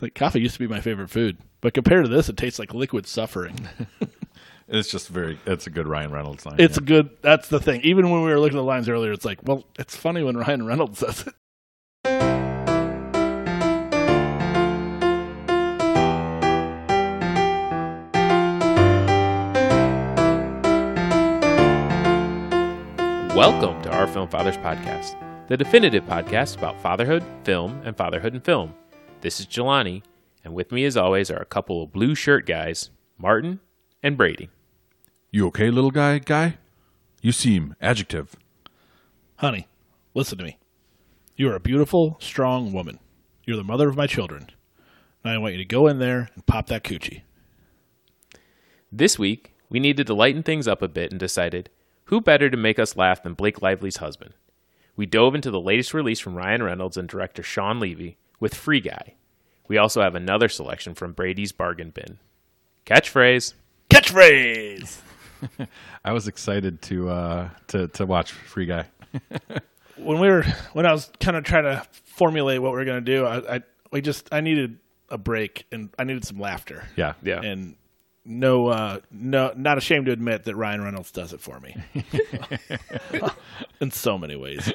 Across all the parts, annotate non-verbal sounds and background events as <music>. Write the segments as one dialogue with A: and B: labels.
A: Like coffee used to be my favorite food, but compared to this, it tastes like liquid suffering. <laughs>
B: It's just very. It's a good Ryan Reynolds line.
A: It's good. That's the thing. Even when we were looking at the lines earlier, it's like, well, it's funny when Ryan Reynolds says it.
C: Welcome to our Film Fathers Podcast, the definitive podcast about fatherhood, film, and fatherhood and film. This is Jelani, and with me, as always, are a couple of blue shirt guys, Martin and Brady.
B: You okay, little guy? Guy, you seem adjective.
A: Honey, listen to me. You are a beautiful, strong woman. You're the mother of my children. And I want you to go in there and pop that coochie.
C: This week, we needed to lighten things up a bit and decided who better to make us laugh than Blake Lively's husband. We dove into the latest release from Ryan Reynolds and director Sean Levy with Free Guy. We also have another selection from Brady's Bargain Bin. Catchphrase.
A: Catchphrase!
B: I was excited to uh to to watch Free Guy.
A: When we were, when I was kind of trying to formulate what we were going to do, I, I, we just, I needed a break and I needed some laughter.
B: Yeah,
C: Yeah.
A: And no, uh, no, not ashamed to admit that Ryan Reynolds does it for
B: <laughs>
A: me in so many ways.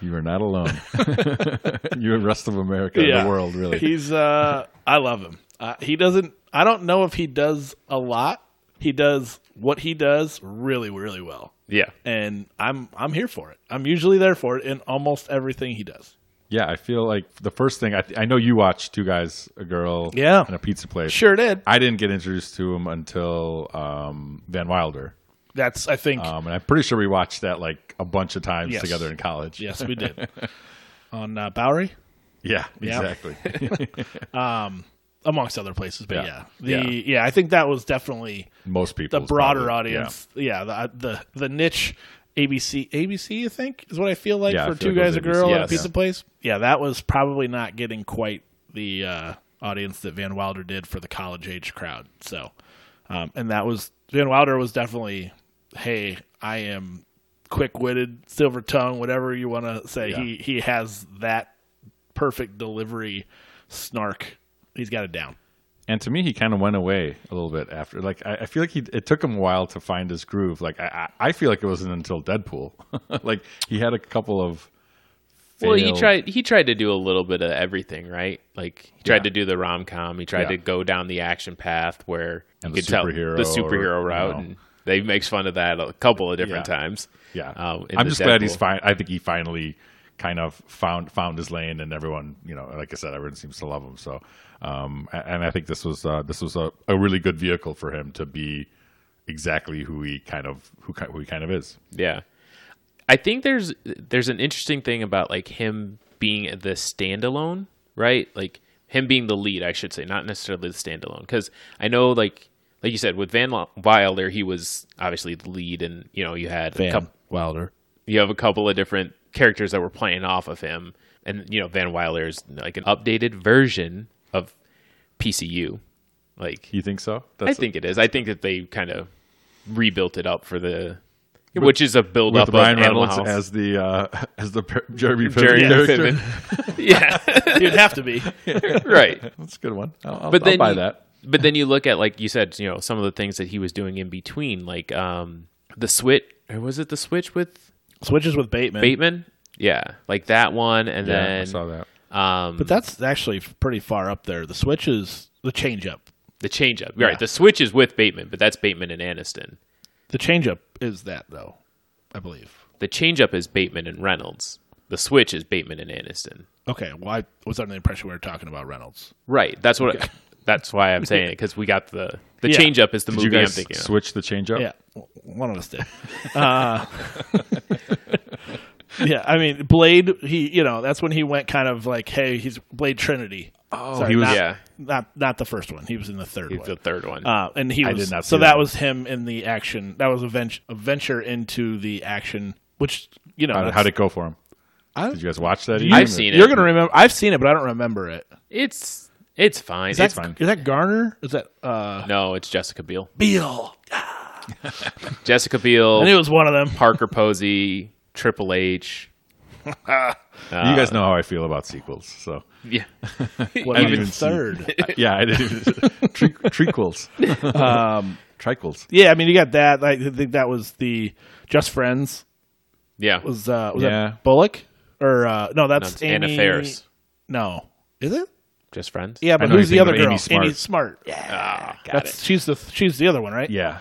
B: You are not alone. <laughs> you and rest of America, and the world, really.
C: <laughs>
A: He's uh I love him. Uh, he doesn't I don't know if he does a lot. He does what he does really really well.
C: Yeah.
A: And I'm I'm here for it. I'm usually there for it in almost everything he does.
B: yeah, I feel like the first thing I I know you watched Two Guys, a Girl,
A: Yeah.
B: and a Pizza Place.
A: Sure did.
B: I didn't get introduced to him until um, Van Wilder.
A: That's I think
B: Um, and I'm pretty sure we watched that like a bunch of times
A: Yes.
B: together in college.
A: yes we
B: <laughs>
A: did. On uh, Bowery
B: Yeah,
A: Yeah.
B: exactly.
A: amongst other places but
B: Yeah.
A: yeah. The yeah. I think that was definitely
B: Most people.
A: the broader audience. Yeah, the, the the niche ABC ABC I think is what I feel like
B: Yeah, I
A: for two
B: feel like it
A: guys
B: was
A: a girl
B: ABC,
A: and a
B: yes.
A: pizza place. Yeah, that was probably not getting quite the uh, audience that Van Wilder did for the college age crowd. So, um, and that was Van Wilder was definitely, hey, I am quick witted, silver tongue, whatever you want to say.
B: Yeah.
A: He he has that perfect delivery snark. He's got it down.
B: And to me, he kind of went away a little bit after. Like I, I feel like he it took him a while to find his groove. Like I, I I feel like it wasn't until Deadpool. <laughs> like he had a couple of.
C: Well, he
B: failed-
C: tried. He tried to do a little bit of everything, right? Like he tried
B: Yeah.
C: to do the rom com. He tried
B: Yeah.
C: to go down the action path where
B: And the
C: you could tell
B: superhero
C: the superhero
B: or,
C: route,
B: you know.
C: and they makes fun of that a couple of different
B: Yeah.
C: times.
B: Yeah,
C: um, in
B: I'm
C: the
B: just glad he's
C: Deadpool.
B: fine. I think he finally kind of found found his lane, and everyone, you know, like I said, everyone seems to love him. So, um, a- and I think this was uh, this was a, a really good vehicle for him to be exactly who he kind of who, ki- who he kind of is.
C: Yeah, I think there's there's an interesting thing about like him being the standalone, right? Like him being the lead, I should say, not necessarily the standalone, because I know like like you said with Van Wilder, he was obviously the lead, and you know you had a couple.
A: Wilder.
C: you have a couple of different characters that were playing off of him and you know van Wilder is like an updated version of pcu like
B: You think so?
C: i
B: That's
C: think it is i think that they kind of rebuilt it up for the which is a build up
B: with
C: of
B: Ryan
C: Animal
B: Reynolds
C: House.
B: as the uh, <laughs> as the
C: <laughs>
B: per- Jeremy Piven
C: Jerry
B: character. <laughs>
C: Piven. yeah <laughs>
A: You'd have to be.
C: right
B: That's a good one. I'll, I'll,
C: but then
B: I'll buy
C: you-
B: that.
C: but then you look at like you said you know some of the things that he was doing in between like um the switch or was it the switch with
A: Switches with Bateman.
C: bateman yeah like that one and
B: yeah, I
C: then
B: saw that.
C: um
A: But that's actually pretty far up there. The switch is the changeup.
C: The changeup. Right. The switch is with Bateman, but that's Bateman and Aniston.
A: The changeup is that though, I believe.
C: The changeup is Bateman and Reynolds. The switch is Bateman and Aniston.
A: Okay, well, I was under the impression we were talking about Reynolds.
C: Right. That's what. <laughs> That's why I'm saying it because we got the the
A: Yeah.
C: changeup is the
B: Did
C: movie
B: you guys
C: I'm thinking. of.
B: switch the change up?
A: Yeah, w- one of us <laughs> did. Uh, yeah, I mean Blade. He, you know, that's when he went kind of like, hey, he's Blade Trinity. Oh,
B: he was-
A: not,
C: yeah.
A: not not the first one. He was in the third one.
C: The third one.
A: Uh, and he
B: I
A: was
B: did not
A: so
B: see
A: that,
B: that.
A: was him in the action. That was a venture, a venture into the action, which you know
B: How,
A: that's-
B: how'd it go for him?
A: I-
B: Did you guys watch that?
C: I've seen it.
A: You're gonna remember. I've seen it, but I don't remember it.
C: it's it's fine.
A: Is that,
C: it's fine.
A: Is that Garner? Is that uh,
C: No, it's Jessica Biel.
A: Beal?
C: Jessica Biel.
A: And it was one of them.
C: Parker Posey. Triple H.
B: you guys know how I feel about sequels, so
C: Yeah.
A: <laughs> Well,
B: didn't
A: even
B: even see-
C: <laughs>
A: third.
B: yeah, I didn't. <laughs> Tre-
A: <laughs>
B: trequels, um, triquels.
A: yeah, I mean, you got that. I think that was the Just Friends.
C: Yeah.
A: Was uh, was
B: Yeah.
A: that Bullock or uh, no? That's
C: No, it's Anna
A: Amy-
C: Faris.
A: No, is it?
C: Just friends?
A: Yeah, but
B: know
A: who's
B: you're
A: the other
B: thinking
A: girl?
B: of Amy Smart.
A: Amy Smart. Yeah,
C: Ah, got
A: that's she's the she's the other one, right?
B: Yeah,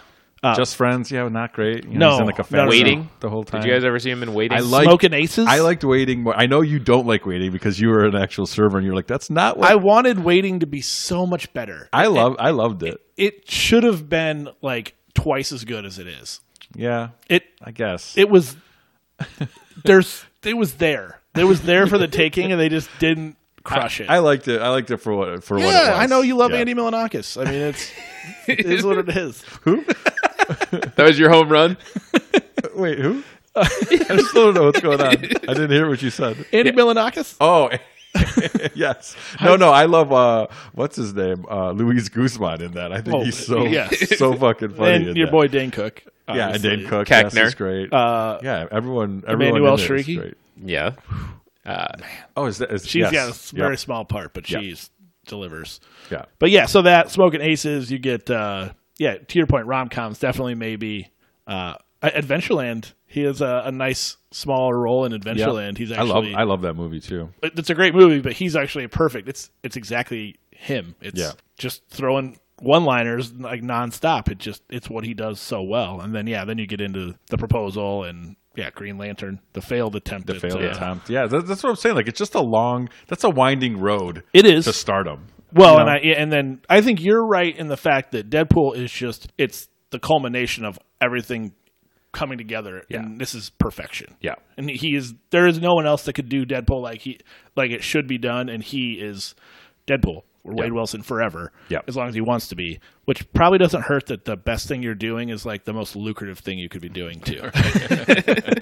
B: just friends. Yeah, not great. You know,
A: uh, No,
B: he's in like a
A: no, no,
B: fantasy
C: Waiting?
B: the whole time.
C: Did you guys ever see him in Waiting?
B: I like
A: Smoking Aces.
B: I liked waiting more. I know you don't like waiting because you were an actual server and you're like, that's not what
A: I wanted waiting to be so much better.
B: I love. I loved it.
A: It should have been like twice as good as it is.
B: Yeah,
A: It
B: I guess.
A: it was there's it was there. It was there for the taking, and they just didn't crush it.
B: I liked it. I liked it for what for what. it
A: yeah,
B: was.
A: I know you love
B: Yeah.
A: Andy Milanakis. I mean,
B: <laughs>
A: it's it is what it is.
C: that was your home run? <laughs>
B: Wait, who? <laughs> I still don't know what's going on. I didn't hear what
A: <laughs>
B: you said.
A: Andy Milanakis.
B: Oh, <laughs> yes. No, no. I love uh, what's his name, uh, Luis Guzman in that. I think
A: Oh,
B: he's so
A: yes.
B: <laughs> so fucking funny. in
A: and your
B: that.
A: boy Dane Cook.
B: yeah, and
A: obviously.
B: Dane Cook.
C: Koechner.
B: Yes, he's great.
A: Uh,
B: yeah, everyone. Everyone.
A: Emmanuel
B: in there is
A: Shrieki?
B: great.
C: Yeah. Uh,
B: Oh, is that? Is,
A: she's
B: yes.
A: got a s- very
B: Yep.
A: small part, but
B: Yep.
A: she's delivers.
B: Yeah.
A: But yeah, so that smoking aces, you get uh yeah, to your point, rom coms definitely maybe uh Adventureland. He has a, a nice smaller role in
B: Yeah.
A: Adventureland. He's
B: I love.
A: actually
B: I love that movie too.
A: it's a great movie, but he's actually perfect. It's it's exactly him. It's
B: Yeah.
A: just throwing one liners like nonstop. It just it's what he does so well. And then yeah, then you get into the proposal and yeah, Green Lantern, the failed attempt. at,
B: failed
A: uh,
B: attempt. Yeah, that, that's what I'm saying. Like it's just a long. That's a winding road.
A: It is.
B: to stardom.
A: Well,
B: you
A: and
B: know?
A: I yeah, and then I think you're right in the fact that Deadpool is just it's the culmination of everything coming together, and this is perfection.
B: Yeah.
A: and he is there is no one else that could do Deadpool like he like it should be done, and he is Deadpool or Wade
B: Yeah.
A: Wilson forever.
B: Yeah.
A: as long as he wants to be, which probably doesn't hurt that the best thing you're doing is like the most lucrative thing you could be doing
B: <laughs>
A: too. <laughs>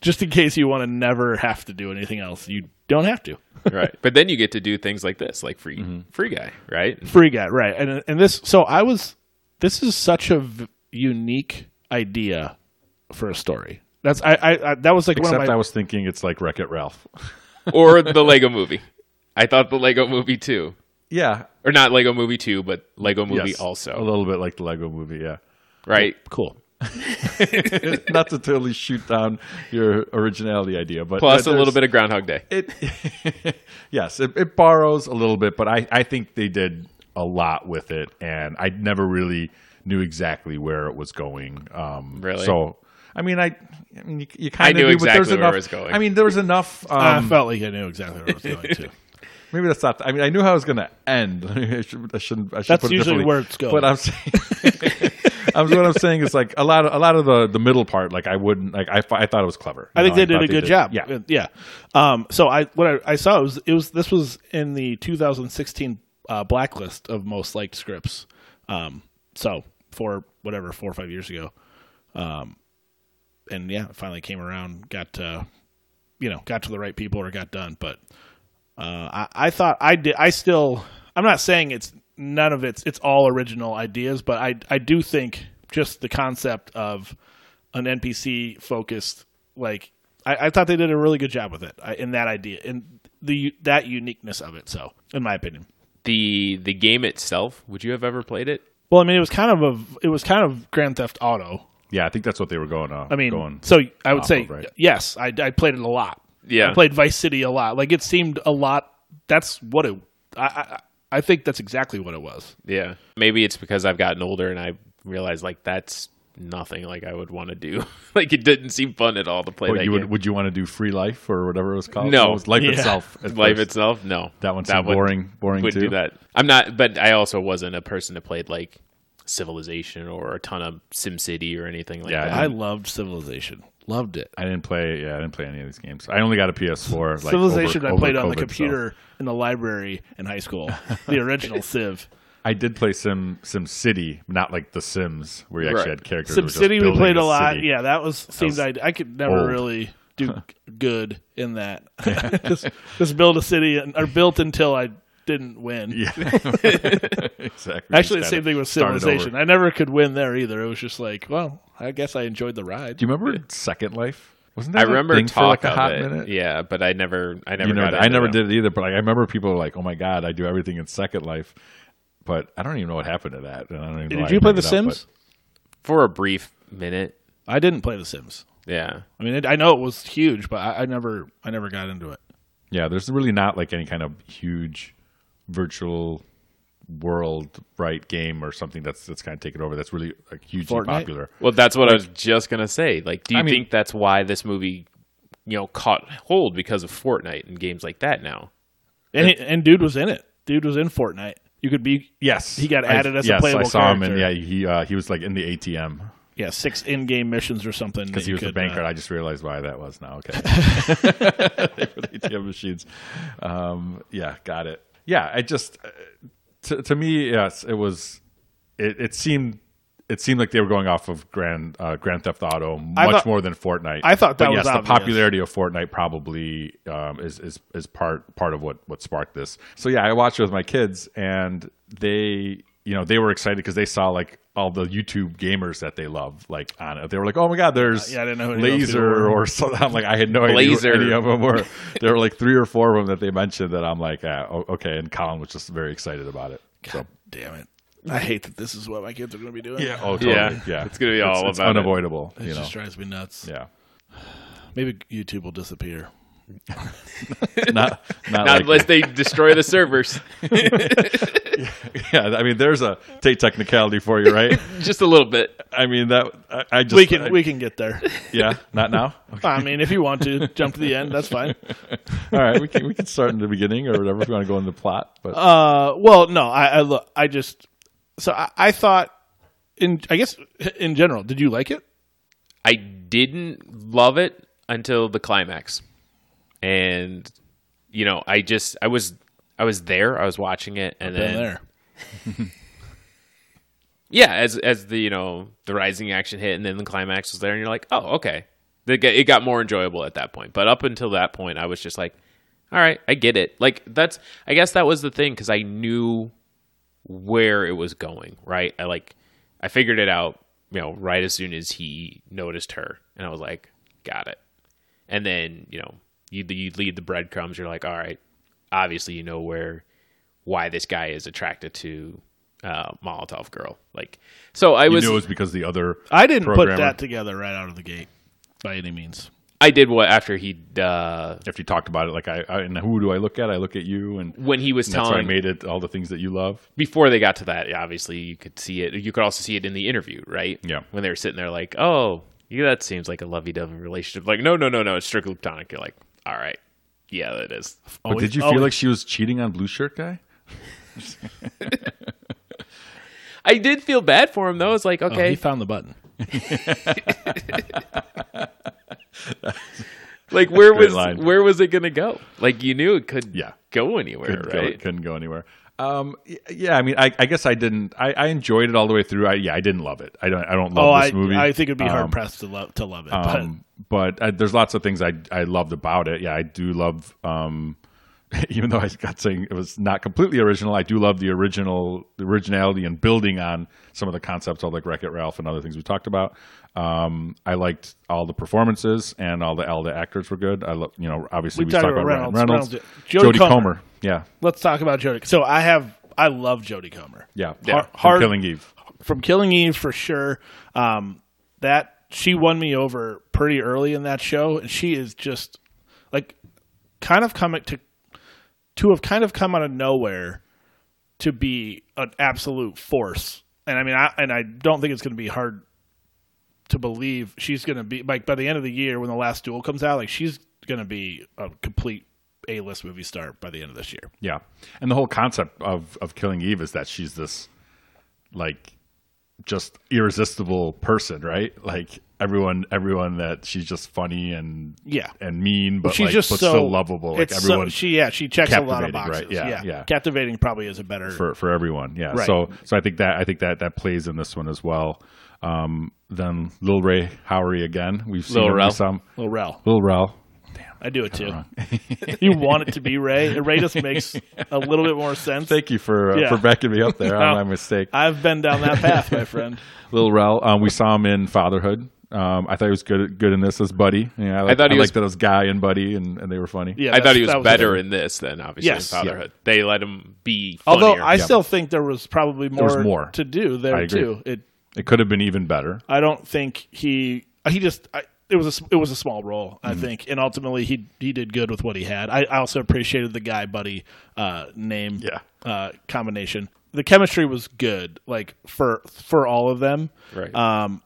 A: just in case you want to never have to do anything else, you don't have to.
C: right. But then you get to do things like this, like free
B: Mm-hmm.
C: free guy, right?
A: free guy right and and this so i was this is such a v- unique idea for a story that's i i, I that was like one
B: Except
A: of my
B: I was thinking it's like Wreck It Ralph.
C: Or the Lego movie. I thought the Lego movie too.
B: yeah,
C: Or not Lego movie 2, but Lego movie
B: Yes. a
C: also,
B: little bit like the Lego Movie. Yeah,
C: right?
A: cool
B: not to totally shoot down your originality idea, but
C: Plus a
B: but
C: little
B: there's-
C: bit of Groundhog Day.
B: It, <laughs> yes, it, it borrows a little bit, but I I think they did a lot with it, and I never really knew exactly where it was going. Um,
C: Really?
B: So. I mean, I, I mean, you, you kind of
C: knew
B: do, but there's
C: exactly where
B: enough.
C: it was going. Uh,
B: I mean, there was enough. Um,
A: i felt like i knew exactly where i was going to
B: Maybe that's not. I mean, I knew how it was going to end. <laughs> I shouldn't. I shouldn't. I should
A: That's
B: put it
A: usually
B: differently.
A: where it's going.
B: But I'm saying, <laughs> I'm, what I'm saying is like a lot of a lot of the the middle part. Like I wouldn't like. I, fi- I thought it was clever.
A: I
B: You
A: think
B: know,
A: they did
B: thought
A: a good job. Uh,
B: Yeah.
A: yeah. Um, so I what I, I saw was it was this was in the 2016 uh, blacklist of most liked scripts. Um, so for whatever four or five years ago, um, and yeah, it finally came around. Got uh, you know got to the right people or got done. But uh, I, I thought I did. I still. I'm not saying it's none of it's it's all original ideas, but I I do think just the concept of an NPC focused like I, I thought they did a really good job with it I, in that idea in the that uniqueness of it. So in my opinion,
C: The the game itself, would you have ever played it?
A: well, I mean it was kind of a it was kind of Grand Theft Auto.
B: Yeah. I think that's what they were going on.
A: I mean,
B: going.
A: so I would
B: off
A: say
B: of, right?
A: yes. I, I played it a lot.
C: Yeah.
A: I played Vice City a lot. Like it seemed a lot. That's what it. I I, I think that's exactly what it was.
C: Yeah. Maybe it's because I've gotten older and I realized like that's nothing like I would want to do. <laughs> like it didn't seem fun at all to play
B: What
C: that
B: you would
C: game.
B: would you want to do free life or whatever it was called?
C: No.
B: It was life
A: Yeah.
B: itself. at
C: <laughs> Life
B: first.
C: itself, no.
B: That one
C: that
B: seemed boring. Boring
C: Would
B: too.
C: do that. I'm not, but I also wasn't a person that played like Civilization or a ton of SimCity or anything like
B: Yeah,
C: that.
A: I loved Civilization. Loved it.
B: I didn't play. Yeah, I didn't play any of these games. I only got a PS4. Like,
A: Civilization
B: over-
A: I played
B: over
A: on the
B: COVID, so.
A: computer in the library in high school.
B: <laughs>
A: The original Civ.
B: I did play Sim Sim City, not like The Sims, where you actually
C: Right.
B: had characters. that were just
A: SimCity we
B: building
A: played a lot.
B: city.
A: Yeah, that was seemed
B: was
A: I I could never
B: old.
A: really do
B: <laughs>
A: good in that. <laughs> just just build a city and, or built until I didn't win.
C: <laughs>
B: exactly.
A: Actually, the same
B: Just kinda
A: thing with
B: started over.
A: Civilization. I never could win there either. It was just like, well, I guess I enjoyed the ride.
B: Do you remember Second Life? Wasn't
C: I
B: that a
C: remember
B: thing
C: talk
B: for like a
C: of
B: hot
C: it.
B: minute?
C: Yeah, but I never, I never,
B: you know,
C: got
B: I
C: into
B: never
C: them.
B: did it either. But I, I remember people like, "Oh my god, I do everything in Second Life," but I don't even know what happened to that. And I don't even know
A: Did
B: why I
A: you play
B: picked
A: The
B: it up, but-
A: Sims?
C: for a brief minute.
A: I didn't play The Sims.
C: Yeah,
A: I mean, it, I know it was huge, but I, I never, I never got into it.
B: yeah, there's really not like any kind of huge virtual world right game or something that's that's kind of taken over. That's really like hugely
A: Fortnite?
B: popular.
C: Well, that's what I was just gonna say. Like, do you
B: I mean-
C: think that's why this movie, you know, caught hold because of Fortnite and games like that now?
A: And he, and dude was in it. Dude was in Fortnite. You could be
B: Yes,
A: He got
B: I-
A: added as a
B: yes, I
A: playable
B: saw him, and yeah,
A: character.
B: he uh, he was like in the ATM
A: yeah six in game missions or something
B: because he was a
A: uh,
B: banker. I just realized why that was now.
A: <laughs>
B: Okay, <laughs> They were the ATM machines. Um, yeah, got it. Yeah, I just uh, to to me, yes, it was. It, it seemed it seemed like they were going off of Grand uh, Grand Theft Auto
A: I
B: much
A: thought-
B: more than Fortnite.
A: I thought that
B: but
A: was
B: yes, the
A: obvious.
B: popularity of Fortnite probably um, is is is part part of what what sparked this. So yeah, I watched it with my kids, and they you know they were excited because they saw like all the YouTube gamers that they love like on it. They were like, oh my god, there's
A: Yeah, I didn't know who any of those people
B: Laser
A: were.
B: or something. <laughs> I'm like, I had no
C: Blazer.
B: idea who any of them
C: <laughs>
B: were. there were like three or four of them that they mentioned that I'm like, ah, o- okay. And Colin was just very excited about it. So.
A: Damn it! I hate that this is what my kids are going to be doing.
B: Yeah. Oh, totally.
C: Yeah.
B: Yeah.
C: It's gonna be all
B: it's
C: about it.
B: unavoidable.
A: it
B: You know.
A: just drives me nuts.
B: Yeah.
A: Maybe YouTube will disappear.
C: <laughs>
B: Not. Not,
C: Not
B: like,
C: unless they destroy the servers.
B: <laughs> Yeah. I mean, there's a take technicality for you,
C: <laughs>
B: right?
C: <laughs> just a little bit.
B: I mean, that I, I just
A: We can
B: I-
A: we can get there.
B: yeah. Not now. <laughs> Okay.
A: I mean, if you want to jump to the end, that's fine.
B: <laughs> All right. We can we can start in the beginning or whatever if you want to go into the plot. But
A: Uh, well, no, I I, look, I just so I, I thought in I guess in general, did you like it?
C: I didn't love it until the climax. And you know, I just I was I was there, I was watching it and
A: Been
C: then
A: there.
C: Yeah, as as the you know, the rising action hit and then the climax was there and you're like, "Oh, okay." The g- It got more enjoyable at that point. But up until that point, I was just like, "All right, I get it." Like that's I guess that was the thing cuz I knew where it was going, right? I like I figured it out, you know, right as soon as he noticed her, and I was like, got it. And then you know, you you lead the breadcrumbs. You're like, all right, obviously you know where why this guy is attracted to uh, Molotov girl. Like, so I
B: you
C: was
B: knew it was because the other
A: I didn't
B: programmer,
A: put that together right out of the gate by any means.
C: I did what after he uh,
B: After you talked about it, like I, I and who do I look at? I look at you, and
C: when he was
B: that's how I
C: telling
B: made it all the things that you love.
C: before they got to that, obviously you could see it. You could also see it in the interview, right?
B: Yeah.
C: When they were sitting there, like, oh, yeah, that seems like a lovey-dovey relationship. Like, no, no, no, no, it's strictly platonic. You're like, all right, yeah, that is.
B: But
A: Always-
B: did you feel
A: always-
B: like she was cheating on blue shirt guy?
C: I did feel bad for him though. It's like,
A: Oh,
C: okay,
A: he found the button?
C: like where
B: Great
C: was
B: line.
C: where was it gonna go? Like you knew it could
B: Yeah.
C: go anywhere,
B: couldn't
C: right?
B: Go, couldn't go anywhere. Um, y- yeah, I mean, I, I guess I didn't. I, I enjoyed it all the way through. I, yeah, I didn't love it. I don't. I don't love
A: Oh, I,
B: this movie.
A: I think it'd be
B: Um,
A: hard pressed to love to love it.
B: um, but uh there's lots of things I I loved about it. Yeah, I do love. Um, <laughs> even though I got saying it was not completely original, I do love the original the originality and building on some of the concepts of like Wreck It Ralph and other things we talked about. Um, I liked all the performances and all the all the actors were good. I love you know obviously
A: We
B: we,
A: talked
B: talked
A: about
B: about Ryan
A: Reynolds,
B: Reynolds,
A: Reynolds. Jodie
B: Jodie
A: Comer.
B: Comer. Yeah,
A: but let's talk about Jodie. So I have I love Jodie Comer.
B: yeah,
A: Har-
B: From
A: hard-
B: Killing Eve.
A: from Killing Eve for sure. Um, that she won me over pretty early in that show, and she is just like kind of coming to to have kind of come out of nowhere to be an absolute force. And I mean, I and I don't think it's going to be hard to believe she's going to be like by the end of the year when the last duel comes out, like she's going to be a complete A list movie star by the end of this year.
B: Yeah, and the whole concept of of killing Eve is that she's this like just irresistible person, right? Like everyone, everyone that she's just funny and
A: Yeah.
B: and mean, but
A: she's
B: like,
A: just
B: but
A: so
B: still lovable. Like
A: it's so-
B: everyone
A: she yeah, she checks a lot of
B: captivating,
A: boxes.
B: right? Yeah, yeah.
A: Captivating probably is a better.
B: for for everyone. Yeah.
A: Right.
B: So so I think that I think that that plays in this one as well. Um, then Lil Ray Howery again. We've seen
C: Lil
B: him in
C: Rel.
B: some
A: Lil Rel,
B: Lil Rel.
A: I do it too. <laughs>
B: <laughs>
A: you want it to be Ray. Ray just makes a little bit more sense.
B: Thank you for uh,
A: Yeah.
B: for backing me
A: <laughs>
B: up there on my mistake. <laughs>
A: I've been down that path, my friend.
B: Lil Rel. Um, we saw him in Fatherhood. Um, I thought he was good good in this as Buddy. Yeah, I, liked,
C: thought he
B: I
C: was-
B: liked that it was Guy and Buddy, and, and they were funny.
A: Yeah,
C: I thought
A: that's-
C: he was,
A: that
C: better in this than obviously
A: Yes,
C: in
A: yeah.
C: Fatherhood. They let him be. Funnier.
A: Although I still think there was probably more,
B: was more.
A: to do
B: I
A: there
B: agree.
A: too. It
B: It could have been even better.
A: I don't think he he just I, it was a, it was a small role I think, and ultimately he he did good with what he had. I, I also appreciated the guy buddy uh, name
B: Yeah.
A: uh, combination. The chemistry was good, like for for all of them.
C: Right.
A: Um,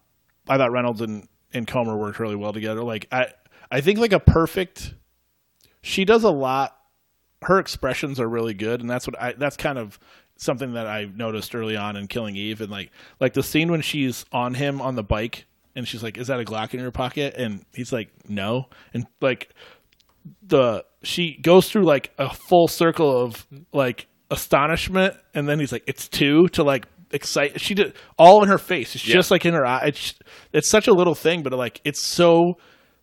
A: I thought Reynolds and and Comer worked really well together. Like I I think like a perfect. She does a lot. Her expressions are really good, and that's what I. That's kind of something that I noticed early on in Killing Eve, and like like the scene when she's on him on the bike, and she's like, "Is that a Glock in your pocket?" And he's like, "No," and like the she goes through like a full circle of like astonishment and then he's like it's two to like excite she did all in her face it's
C: Yeah.
A: just like in her eye it's, it's such a little thing but like it's so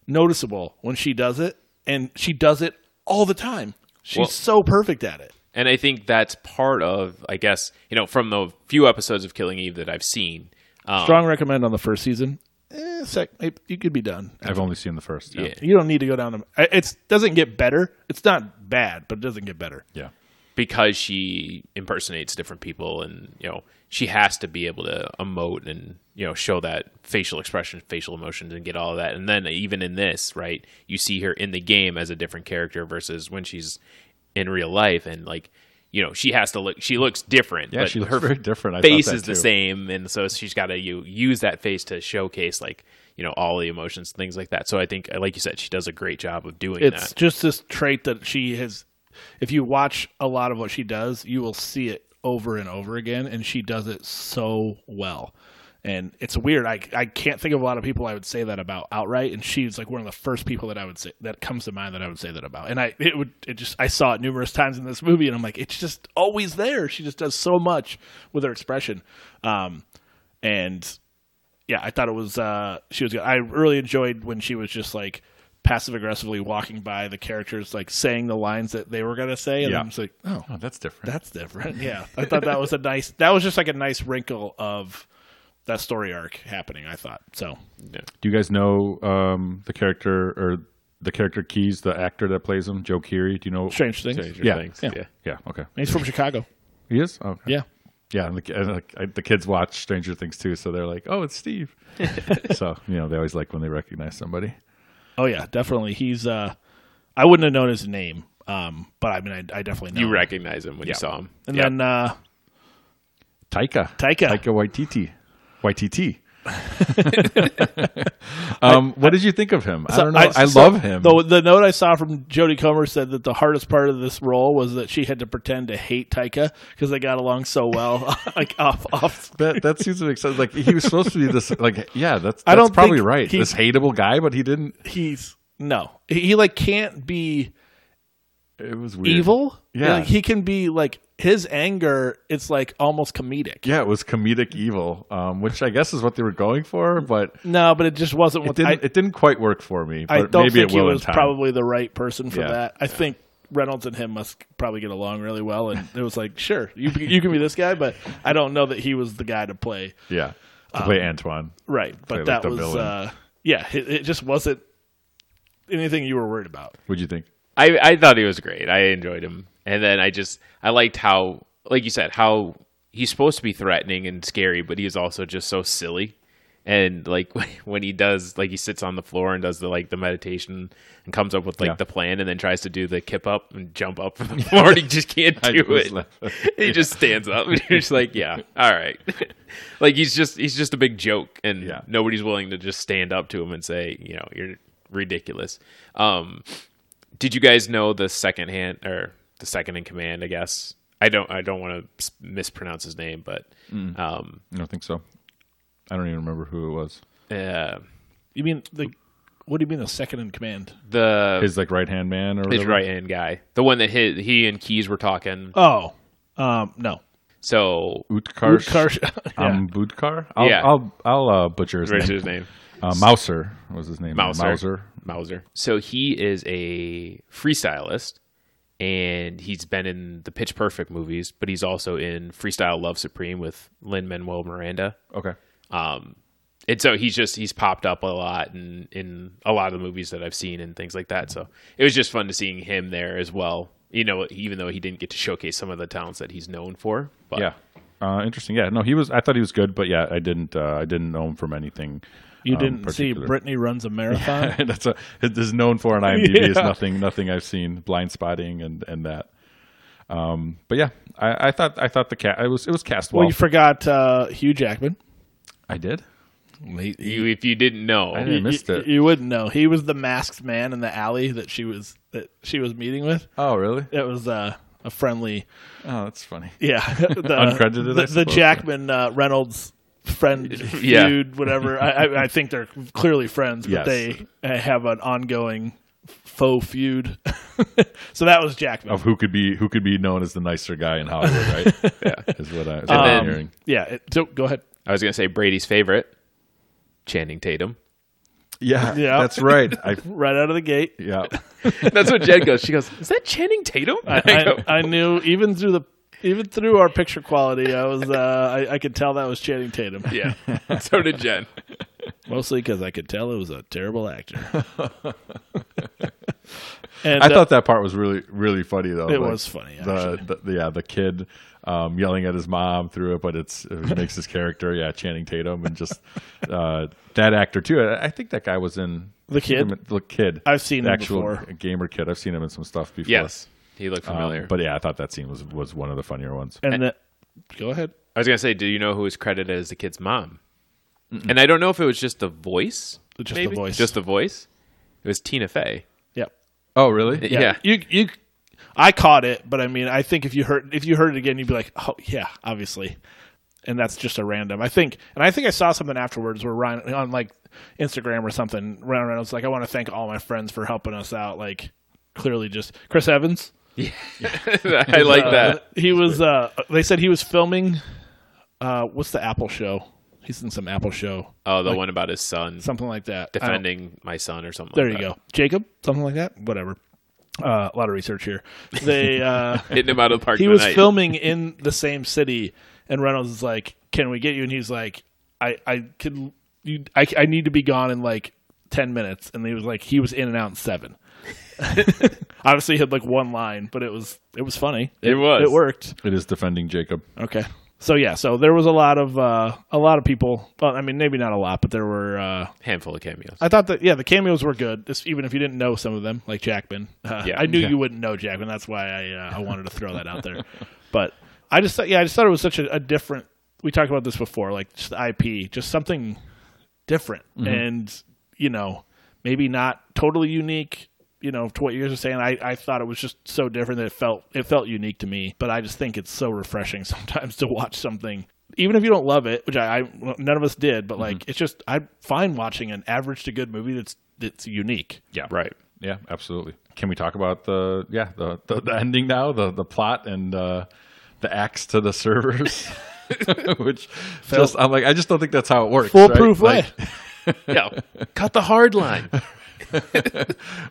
A: noticeable when she does it and she does it all the time she's
C: Well-
A: so perfect at it
C: And I think that's part of, I guess, you know, from the few episodes of Killing Eve that I've seen. Um,
A: strong recommend on the first season eh, sec, you could be done
B: I've only seen the first.
C: Yeah.
A: you don't need to go down to it doesn't get better it's not bad but it doesn't get better
B: yeah.
C: because she impersonates different people and, you know, she has to be able to emote and, you know, show that facial expression, facial emotions and get all of that. And then even in this, right, you see her in the game as a different character versus when she's in real life and like, you know, she has to look she looks different.
B: Yeah,
C: but
B: she looks
C: her
B: very different. I thought
C: face
B: that
C: is the
B: too.
C: same, and so she's got to you use that face to showcase like you know all the emotions, things like that. So I think, like you said, she does a great job of doing
A: it's
C: that.
A: just this trait that she has if you watch a lot of what she does you will see it over and over again and she does it so well and it's weird i i can't think of a lot of people i would say that about outright and she's like one of the first people that i would say that comes to mind that i would say that about and i it would it just i saw it numerous times in this movie and i'm like it's just always there she just does so much with her expression um and yeah, I thought it was uh she was good. I really enjoyed when she was just like passive aggressively walking by the characters, like saying the lines that they were gonna say, and
B: Yeah.
A: I'm just like, oh,
B: Oh, that's different.
A: that's different. Yeah, I thought that was a nice. That was just like a nice wrinkle of that story arc happening. I thought so.
B: Do you guys know um, the character or the character Keys, the actor that plays him, Joe Keery? Do you know?
A: Strange things.
B: Yeah.
A: Yeah.
C: yeah.
B: Yeah. Okay.
A: He's from Chicago.
B: He is. Oh, okay.
A: Yeah.
B: Yeah. And the, and like, I- the kids watch Stranger Things too, so they're like, "Oh, it's
C: <laughs>
B: Steve." so you know, they always like when they recognize somebody.
A: Oh yeah, definitely. He's. uh I wouldn't have known his name, um, but I mean, I, I definitely know.
C: You
A: him.
C: recognize him when you saw him.
A: And
C: Yeah.
A: then uh,
B: Taika.
A: Taika.
B: Taika Waititi.
A: <laughs>
B: Waititi. <laughs> um, what did you think of him? I don't know. I,
A: so
B: love him.
A: The, the note I saw from Jodie Comer said that the hardest part of this role was that she had to pretend to hate Taika because they got along so well, <laughs> like off off.
B: that that seems to make sense. Like he was supposed to be this. Like yeah, that's, that's
A: <laughs> I don't
B: probably
A: think
B: right.
A: he-
B: This hateable guy, but he didn't.
A: He's no, he, he, like can't be
B: It was weird.
A: evil.
B: Yeah.
A: Like, he can be like his anger. It's like almost comedic.
B: Yeah, it was comedic evil, um, which I guess is what they were going for, but
A: No, but it just wasn't.
B: it
A: What
B: didn't.
A: I,
B: it didn't quite work for me. But
A: I don't
B: maybe
A: think
B: it
A: he
B: will
A: was
B: in time.
A: probably the right person for
B: Yeah.
A: that. I think Reynolds and him must probably get along really well, and it was like, sure, you you can be this guy, but I don't know that he was the guy to play.
B: yeah, to
A: um,
B: play Antoine.
A: Right, but
B: like,
A: that
B: the
A: was
B: villain.
A: uh, yeah. It, it just wasn't anything you were worried about.
B: What'd you think?
C: I I thought he was great. I enjoyed him, and then I just I liked how, like you said, how he's supposed to be threatening and scary, but he is also just so silly. And like <laughs> when he does, like he sits on the floor and does the like the meditation and comes up with like
B: Yeah.
C: the plan, and then tries to do the kip up and jump up from the <laughs> floor, and he just can't
B: <laughs> I
C: do
B: was
C: it.
B: laughing.
C: <laughs> he just stands up and you're just like, yeah, all right. <laughs> like he's just he's just a big joke and
B: Yeah.
C: nobody's willing to just stand up to him and say, you know, you're ridiculous. Um did you guys know the second hand or the second in command, I guess? I don't I don't want to mispronounce his name, but um
B: I don't think so. I don't even remember who it was.
C: uh,
A: You mean the what do you mean the second in command?
C: the his,
B: His like right hand man or whatever.
C: right hand guy. The one that hit he and Keys were talking.
A: Oh, um, no,
C: So
B: Utkar.
A: Utkarsh- <laughs> yeah.
B: Um, Budkar. I'll,
C: Yeah.
B: I'll I'll uh, butcher his
C: what's
B: name.
C: his name?
B: Uh, Mouser was his name.
C: Mouser.
B: Mouser.
C: Mauser. So he is a freestylist and he's been in the Pitch Perfect movies, but he's also in Freestyle Love Supreme with Lynn Manuel Miranda.
B: Okay.
C: Um, and so he's just he's popped up a lot in in a lot of the movies that I've seen and things like that. So it was just fun to seeing him there as well. You know, even though he didn't get to showcase some of the talents that he's known for, but
B: yeah. Uh, interesting. Yeah. No, he was. I thought he was good, but yeah, I didn't. Uh, I didn't know him from anything.
A: You
B: um,
A: didn't see
B: particular.
A: Brittany runs a marathon.
B: <laughs> That's a. It is known for an IMDb. It's
C: Yeah.
B: nothing. Nothing I've seen. Blind spotting and and that. Um. But yeah, I, I thought I thought the cat. It was it was cast well.
A: Well, you forgot uh, Hugh Jackman.
B: I did.
A: He,
C: you if you didn't know,
B: I didn't. missed
A: you,
B: it.
A: you wouldn't know. He was the masked man in the alley that she was that she was meeting with.
B: Oh really?
A: It was uh, a friendly,
B: Oh, that's funny.
A: yeah, <laughs> the,
B: Uncredited,
A: The,
B: I
A: the
B: suppose.
A: Jackman uh, Reynolds friend
C: Yeah.
A: feud, whatever. I, I, I think they're clearly friends, but
B: Yes.
A: they uh, have an ongoing faux feud. <laughs> so that was Jackman.
B: Of who could be who could be known as the nicer guy in Hollywood, right? <laughs> yeah, is what I is what
C: then-
B: I'm hearing.
A: Yeah. It, so go ahead.
C: I was gonna say Brady's favorite, Channing Tatum. <laughs>
B: Yeah,
A: Yeah.
B: that's right. I
A: Right out of the
B: <laughs>
A: gate. <laughs>
B: yeah.
C: That's what Jed goes. She goes, "Is that Channing Tatum?" <laughs> I go,
A: I, I knew even through the even through our picture quality, I was uh, I, I could tell that was Channing Tatum. <laughs>
C: yeah. So did Jen.
A: Mostly because I could tell it was a terrible actor. and
B: I
A: uh,
B: thought that part was really really funny though.
A: It was funny,
B: The, the yeah, the kid um, yelling at his mom through it, but
A: <laughs>
B: it's it makes his character yeah Channing Tatum and just uh, that actor too. I, I think that guy was in
A: The Kid?
B: The kid.
A: I've seen
B: the
A: him
B: actual
A: before.
B: gamer kid. I've seen him in some stuff before.
C: Yes, he looked
B: Um,
C: familiar.
B: but yeah, I thought that scene was was one of the funnier ones.
A: and the, go ahead.
C: I was gonna say, do you know who is credited as the kid's mom? And I don't know if it was just the voice,
A: Just the
C: maybe?
A: voice.
C: just the voice. It was
A: <laughs>
C: Tina Fey. <laughs>
A: Yep.
B: Oh really?
C: Yeah.
A: You you. I caught it, but I mean, I think if you heard if you heard it again, you'd be like, "Oh yeah, obviously," and that's just a random. I think, and I think I saw something afterwards where Ryan on like Instagram or something. Ryan Reynolds like, "I want to thank all my friends for helping us out." Like, clearly, just Chris Evans.
C: I like
A: Uh,
C: that.
A: he was. Uh, they said he was filming. Uh, what's the Apple show? He's in some Apple show,
C: Oh, the one about his son
A: something like that. I don't-
C: defending my son or something.
A: There
C: like
A: you
C: that.
A: go, Jacob, something like that. Whatever. Uh, a lot of research here.
C: <laughs>
A: They. Uh,
C: Hitting him out of the park.
A: he was
C: tonight.
A: filming
C: <laughs>
A: in the same city, and Reynolds is like, "Can we get you?" And he's like, "I I could you I I need to be gone in like ten minutes." And he was like, he was in and out in seven. <laughs> Obviously, he had like one line, but it was it was funny.
C: It was.
A: it worked.
B: It is defending Jacob.
A: Okay. So yeah, so there was a lot of uh, a lot of people. Well, I mean, maybe not a lot, but there were. Uh,
C: handful of cameos.
A: I thought that yeah, the cameos were good, just even if you didn't know some of them, like Jackman. <laughs> Uh,
C: Yeah.
A: I knew
B: Yeah.
A: you wouldn't know Jackman. That's why I uh, I wanted to throw that out
C: <laughs>
A: there. But I just thought yeah, I just thought it was such a, a different. We talked about this before, like just the IP, just something different,
B: Mm-hmm.
A: and you know maybe not totally unique. You know to what you guys are saying, I, I thought it was just so different that it felt it felt unique to me. But I just think it's so refreshing <laughs> sometimes to watch something. Even if you don't love it, which I, I well, none of us did, but
B: Mm-hmm.
A: like it's just I'm fine watching an average to good movie that's that's unique.
B: Yeah.
C: Right.
B: Yeah, absolutely. Can we talk about the yeah the the, the ending now the the plot and uh, the axe to the servers, <laughs> which just I'm like I just don't think that's how it works. right?
A: Foolproof
B: Like,
A: way.
C: Yeah. <laughs> Cut the hard line.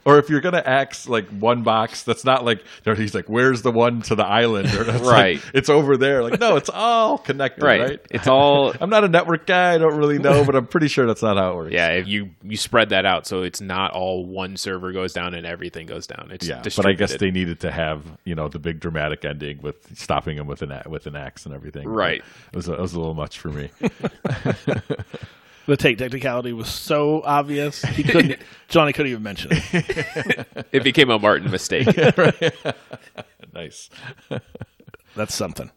B: Or if you're gonna axe like one box, that's not like you know, he's like where's the one to the island or <laughs> that's like,
C: Right.
B: it's over there. Like no, it's all connected. Right.
C: Right.
A: <laughs>
C: It's all
B: I'm not a network guy. I don't really know, but I'm pretty sure that's not how it works.
C: yeah, if you you spread that out so it's not all one server goes down and everything goes down. It's
B: Yeah, but I
C: distributed.
B: guess they needed to have you know the big dramatic ending with stopping him with an a- with an axe and everything.
C: Right.
B: it was a, it was a little much
A: <laughs>
B: for me.
A: <laughs> The take technicality was so obvious he
B: <laughs>
A: couldn't Johnny couldn't even mention it.
C: it became a
A: <laughs>
C: Martin mistake.
B: nice.
A: That's something.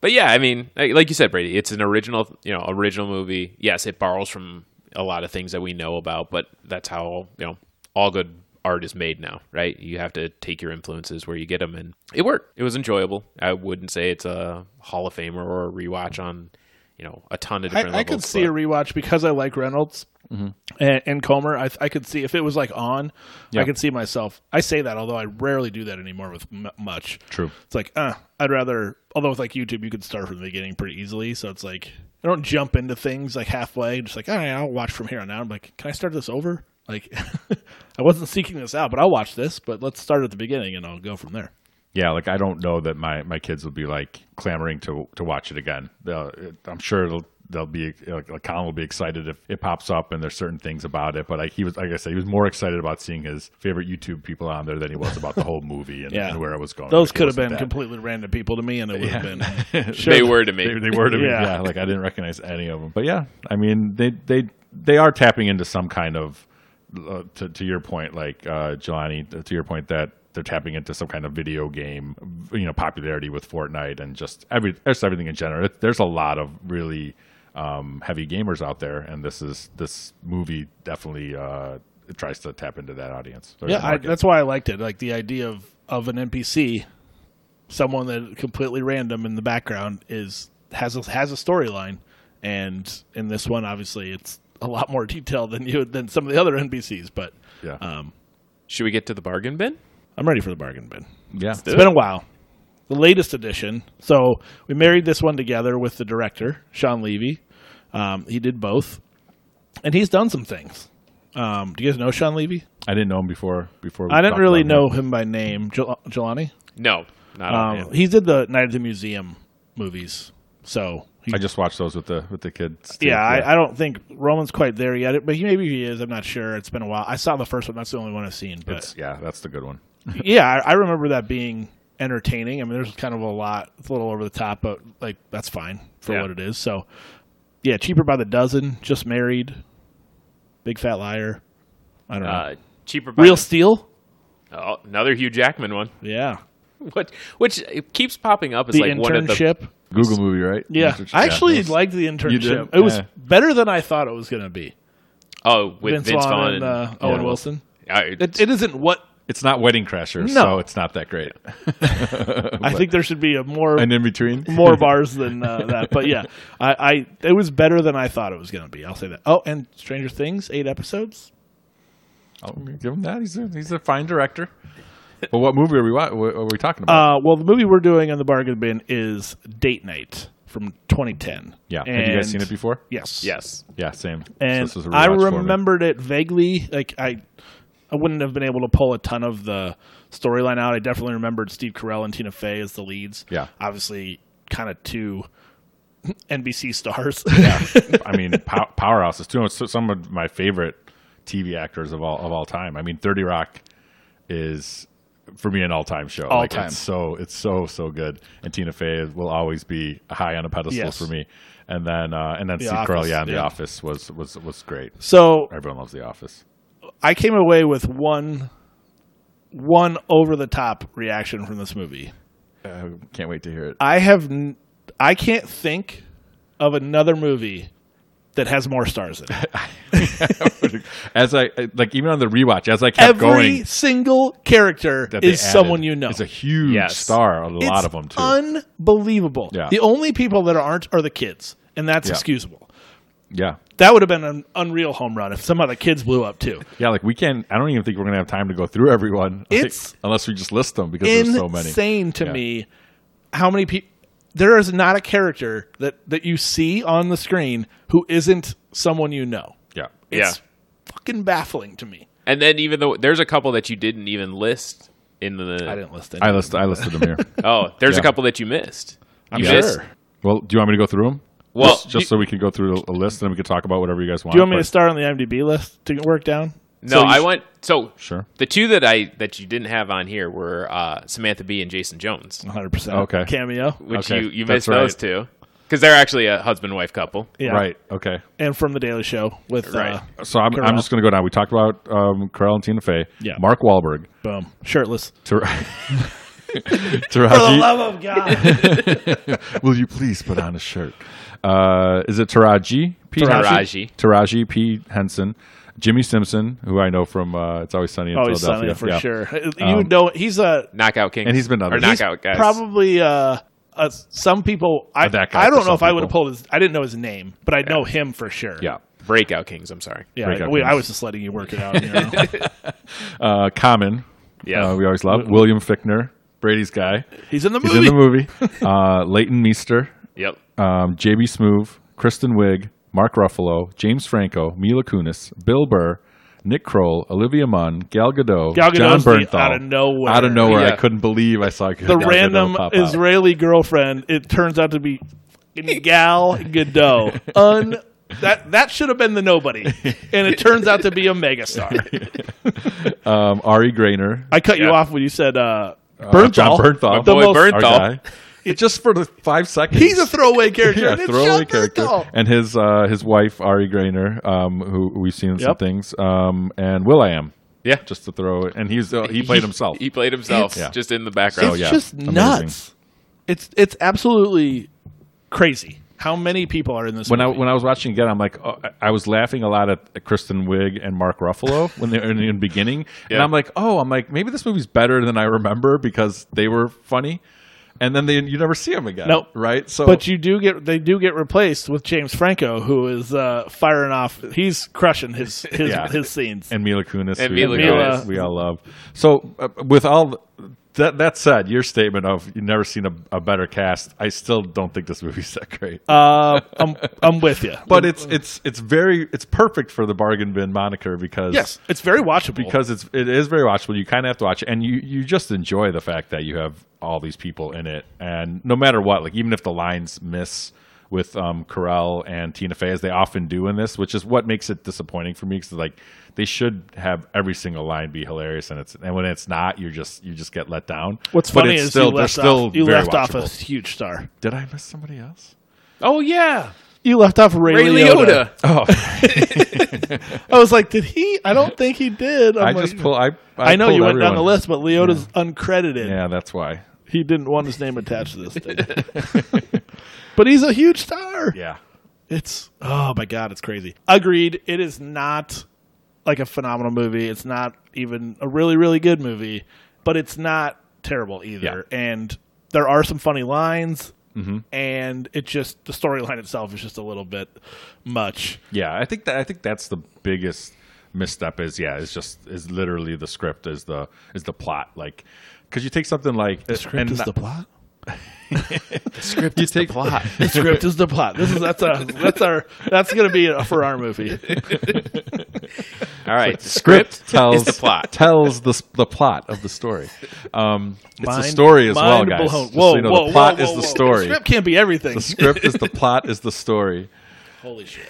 C: But yeah, I mean, like like you said, Brady, it's an original, you know, original movie. Yes, it borrows from a lot of things that we know about, but that's how you know all good art is made now, right? You have to take your influences where you get them, and it worked. It was enjoyable. I wouldn't say it's a Hall of Famer or a rewatch on, you know, a ton of different.
A: I, I
C: levels,
A: could see a
C: but-
A: rewatch because I like Reynolds
B: Mm-hmm.
A: and, and Comer. I, I could see if it was like on, I
B: Yeah.
A: could see myself. I say that, although I rarely do that anymore with m- much.
B: True.
A: It's like, uh, I'd rather. Although with like YouTube, you could start from the beginning pretty easily. So it's like I don't jump into things like halfway. Just like, all right, I'll watch from here on out. I'm like, can I start this over? <laughs> Like, I wasn't seeking this out, but I'll watch this. But let's start at the beginning and I'll go from there.
B: yeah, like I don't know that my my kids will be like clamoring to to watch it again. They'll, I'm sure it'll they'll be like, like Colin will be excited if it pops up and there's certain things about it. But like he was, like I said, he was more excited about seeing his favorite YouTube people on there than he was about the whole movie
A: <laughs>
B: and,
A: Yeah.
B: and where it was going.
A: Those
B: Like, it
A: could have
B: wasn't
A: been
B: that-
A: completely random people to me, and it would have been.
C: they were to me.
B: They, they were to me.
A: <laughs> Yeah.
B: yeah. like I didn't recognize any of them. But yeah, I mean, they they they are tapping into some kind of uh, to, to your point, like uh, Jelani, to your point that they're tapping into some kind of video game, you know, popularity with Fortnite and just every just everything in general. There's a lot of really um, heavy gamers out there, and this is this movie definitely uh, it tries to tap into that audience. There's
A: yeah,
B: a
A: I,
B: market.
A: that's why I liked it. Like the idea of of an NPC, someone that completely random in the background is has a, has a storyline, and in this one, obviously, it's a lot more <laughs> detailed than you than some of the other NPCs. But
B: yeah,
A: um,
C: Should we get to the bargain bin?
A: I'm ready for the bargain bin.
B: yeah.
A: It's been a while. The latest edition. So we married this one together with the director, Sean Levy. Um, he did both, and he's done some things. Um, do you guys know Sean Levy?
B: I didn't know him before. Before we
A: I didn't
B: talked
A: really
B: about
A: know
B: him.
A: him by name. Jel- Jelani?
C: No, not
A: Um,
C: all.
A: He did the Night at the Museum movies. So he,
B: I just watched those with the with the kids. too.
A: yeah, I, I don't think Roman's quite there yet, but he, maybe he is. I'm not sure. It's been a while. I saw the first one. That's the only one I've seen. But <laughs>
B: It's- yeah, that's the good one.
A: yeah, I, I remember that being entertaining. I mean, there's kind of a lot, it's a little over the top, but like that's fine for
C: Yeah.
A: what it is. So, yeah, cheaper by the dozen. Just married, big fat liar. I don't know.
C: Uh, cheaper. By
A: Real steel.
C: oh, another Hugh Jackman one. <laughs>
A: Yeah,
C: What? Which it keeps popping up as
A: the
C: like one of the.
A: internship.
B: Google movie, right?
A: yeah, I actually liked the
B: did?
A: internship. It was
B: Yeah.
A: better than I thought it was going to be.
C: Oh, with
A: Vince,
C: Vince,
A: Vaughn,
C: Vaughn
A: and uh, Owen
B: yeah.
A: Wilson.
C: I,
A: It, it isn't
B: <laughs>
A: what
B: It's not Wedding Crashers,
A: No.
B: so it's not that great.
A: I think. There should be a more
B: And in between,
A: <laughs> more
B: <laughs>
A: bars than uh, that. But yeah, I, I it was better than I thought it was going to be. I'll say that. Oh, and Stranger Things, eight episodes.
B: I'll Oh, give him that. He's a, he's a fine director. But what movie are we wa- what are we talking about?
A: Uh, well, the movie we're doing on the bargain bin is Date Night from 2010.
B: yeah, have you guys seen
A: And-
B: it before?
A: Yes.
C: yes.
B: Yeah, same. So
A: and
B: this was a
A: I
B: rewatch for me.
A: remembered it vaguely. Like I, I wouldn't have been able to pull a ton of the storyline out. I definitely remembered Steve Carell and Tina Fey as the leads.
B: Yeah.
A: obviously, kind of two <laughs> NBC
B: <laughs>
A: stars.
B: I mean, <laughs> pow- powerhouses too. So- Some of my favorite TV actors of all of all time. I mean, Thirty Rock is for me an all time show.
A: All
B: like,
A: time.
B: It's so it's so so good. And Tina Fey will always be high on a pedestal
A: Yes.
B: for me. And then uh, and then Steve
A: Office,
B: Carell, yeah, and
A: yeah.
B: The Office was was was great.
A: <laughs> so
B: Everyone loves The Office.
A: I came away with one, one over the top reaction from this movie.
B: Uh, can't wait to hear it.
A: I have, n- I can't think of another movie that has more stars in it.
B: <laughs> as I like, even on the rewatch, as I kept
A: Every
B: going,
A: single character
B: that they
A: is someone
B: added
A: you know.
B: is a huge
C: Yes.
B: star. A lot
A: It's
B: of them too.
A: Unbelievable.
B: Yeah.
A: The only people that aren't are the kids, and that's
B: Yeah.
A: excusable.
B: yeah,
A: That would have been an unreal home run if somehow the kids blew up too.
B: Yeah, like we can. I don't even think we're gonna have time to go through everyone. <laughs> like,
A: It's
B: unless we just list them because there's so many.
A: Insane to
B: Yeah.
A: me how many people. There is not a character that that you see on the screen who isn't someone you know.
B: Yeah,
A: It's
C: Yeah.
A: fucking baffling to me.
C: And then even though there's a couple that you didn't even list in the.
A: I didn't list any.
B: I list. I listed them here.
A: <laughs>
C: Oh, there's a
B: Yeah.
C: couple that you missed.
A: I'm
C: You
A: sure.
C: missed-
B: well, do you want me to go through them?
C: Well,
B: just, just
C: you-
B: so we can go through a list and we can talk about whatever you guys want.
A: Do you want me to
B: but-
A: start on the IMDb list to work down?
C: No,
A: So you
C: I
A: sh-
C: went. So
B: Sure.
C: the two that I that you didn't have on here were uh, Samantha Bee and Jason Jones,
A: 100%
B: Okay.
A: cameo.
C: which
B: Okay,
C: you you
B: that's
C: missed those
B: right.
C: two because they're actually a husband wife couple.
A: Yeah.
B: Right. Okay.
A: And from The Daily Show with uh,
C: Right.
B: So I'm,
A: Corral.
B: I'm just gonna go down. We talked about um, Carell and Tina Fey.
A: Yeah.
B: Mark
A: <laughs>
B: Wahlberg.
A: boom, shirtless.
B: Tar-
A: For the
B: Taraji,
A: love of God.
B: <laughs> will you please put on a shirt? Uh, is it Taraji P. Henson?
C: Taraji.
B: Taraji P. Henson, Jimmy Simpson, who I know from uh, It's Always Sunny in
A: Always sunny
B: Philadelphia
A: for
B: Yeah. Um,
A: sure. Uh, You know, he's a
C: Knockout King,
B: And he's been on
C: or
B: this. He's
C: knockout guys.
A: probably uh, uh, some people. I,
B: that guy
A: I
B: for
A: don't know
B: some
A: if I would have
B: people.
A: pulled his. I didn't know his name, but I know him for sure.
B: Yeah.
C: breakout Kings. I'm sorry.
A: yeah.
B: Breakout
A: we- I
B: games.
A: was just letting you work it out. You know?
B: <laughs> Uh, Common.
C: Yeah.
B: Uh, we always love. William Fickner, Brady's guy.
A: he's in the
B: He's
A: movie.
B: in the
A: <laughs>
B: movie. Uh, Leighton Meester,
C: Yep.
B: um, JB Smoove, Kristen Wiig, Mark Ruffalo, James Franco, Mila Kunis, Bill Burr, Nick Kroll, Olivia Munn, Gal Gadot,
A: Gal
B: John
A: Gadot's the
B: Bernthal.
A: out of nowhere.
B: Out of nowhere.
C: Yeah.
B: I couldn't believe I saw
A: the random Israeli girlfriend. It turns out to
B: <laughs>
A: be fucking Gal Gadot. Un that that should have been the nobody, and it turns out to be a
B: <laughs>
A: megastar.
B: um, Ari Grainer.
A: I cut you
C: Yeah.
A: off when you said uh,
B: uh,
A: Bernthal.
B: John Bernthal.
C: My boy
A: most-
B: Our
C: Bernthal.
B: guy. Just for the five seconds.
A: He's a throwaway character.
B: <laughs> yeah,
A: and it's
B: throwaway
A: John
B: character.
A: Bernthal.
B: And his uh, his wife Ari Grainer, um, who, who we've seen in some
A: Yep.
B: things, um, and Will I Am,
C: Yeah.
B: just to throw it. And he's uh, he played himself.
C: He played himself
B: It's-
C: just in the
A: It's
C: background.
B: Oh, yeah.
A: just
B: Amazing.
A: nuts. It's it's absolutely crazy how many people are in this.
B: when I
A: movie.
B: when I was watching again, I'm like, oh, I- I was laughing a lot at Kristen Wiig and Mark Ruffalo when they were in the beginning, and
C: Yeah.
B: I'm like, oh, I'm like, maybe this movie's better than I remember because they were funny, and then they you never see them again,
A: Nope.
B: right? So,
A: but you do get they do get replaced with James Franco, who is uh, firing off. He's crushing
B: <laughs>
A: his his,
B: Yeah.
A: his scenes.
B: and Mila Kunis,
C: And
B: who
C: Mila
B: we, all-
A: Kunis.
B: we all love. So, uh, with all th- that that said, your statement of you've never seen a, a better cast, I still don't think this movie's <laughs> that great.
A: Uh, I'm I'm with you.
B: but it's it's it's very it's perfect for the bargain bin moniker because
A: yes, it's very watchable.
B: because it's it is very watchable. You kind of have to watch it, and you you just enjoy the fact that you have all these people in it, and no matter what, like even if the lines miss with um, Carell and Tina Fey as they often do in this, which is what makes it disappointing for me because like they should have every single line be hilarious, and it's and when it's not, you're just you just get let down.
A: what's
B: But
A: funny
B: it's
A: is
B: still,
A: you
B: they're
A: left
B: still
A: off you
B: very
A: left off a
B: watchable.
A: huge star.
B: Did I miss somebody else?
C: Oh yeah.
A: You left off Ray,
C: Ray
A: Liotta.
C: Liotta.
B: Oh, <laughs>
A: I was like, did he? I don't think he did. I'm
B: I
A: like-
B: just pull. I
A: I know
B: pulled
A: you went down
B: everyone.
A: the list, but Leota's uncredited.
B: Yeah, that's why.
A: He didn't want his name attached to this thing. <laughs> but he's a huge star.
B: Yeah.
A: It's oh my god, it's crazy. Agreed. It is not like a phenomenal movie. It's not even a really really good movie, but it's not terrible either. And there are some funny lines. And it just the storyline itself is just a little bit much.
B: Yeah, I think that I think that's the biggest misstep is yeah, it's just is literally the script is the is the plot like because you take something like the
A: Script is the plot.
B: <laughs> you take <laughs> plot.
A: The <laughs> script is the plot. This is that's a that's our that's gonna be a, for our movie.
C: All right. The
B: Script <laughs>
C: script
B: tells
C: is the plot.
B: tells the s- the plot of the story. Um, it's
A: Mind-
B: the story as well,
A: mind
B: guys.
A: blown.
B: Just so
A: Whoa,
B: you know,
A: whoa,
B: the plot
A: whoa,
B: is
A: whoa,
B: the
A: whoa.
B: story.
A: Script can't be everything.
B: The script is the plot is the story.
A: Holy shit!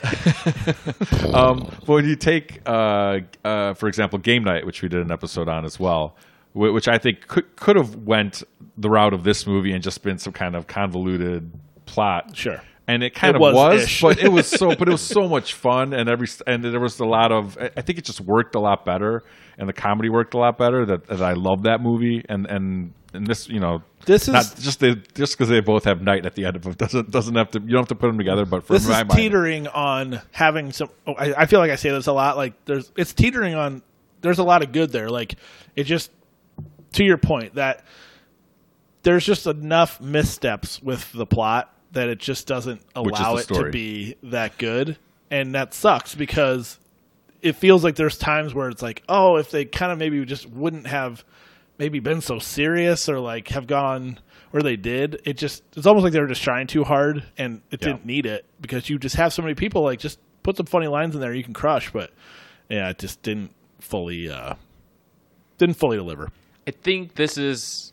B: Um, but when you take, uh, uh, for example, game night, which we did an episode on as well, whi- which I think could could have went the route of this movie and just been some kind of convoluted plot.
A: Sure.
B: And it kind
A: It
B: of was,
A: was ish.
B: but it
A: <laughs>
B: was so, but it was so much fun, and every and there was a lot of. I I think it just worked a lot better, and the comedy worked a lot better. That, that I love that movie, and and and this, you know,
A: This
B: not
A: is-
B: just they, just because they both have night at the end of it doesn't doesn't have to. You don't have to put them together, but for
A: This
B: my
A: is
B: mind,
A: teetering on having some. oh, I, I feel like I say this a lot. Like there's, it's teetering on. There's a lot of good there. Like it just to your point that there's just enough missteps with the plot that it just doesn't
B: Which is
A: allow
B: the
A: it to
B: story.
A: be that good, and that sucks because it feels like there's times where it's like, oh, if they kind of maybe just wouldn't have maybe been so serious or like have gone where they did, it just it's almost like they were just trying too hard and it
B: Yeah.
A: didn't need it because you just have so many people like just put some funny lines in there you can crush, but yeah, it just didn't fully uh didn't fully deliver.
C: I think this is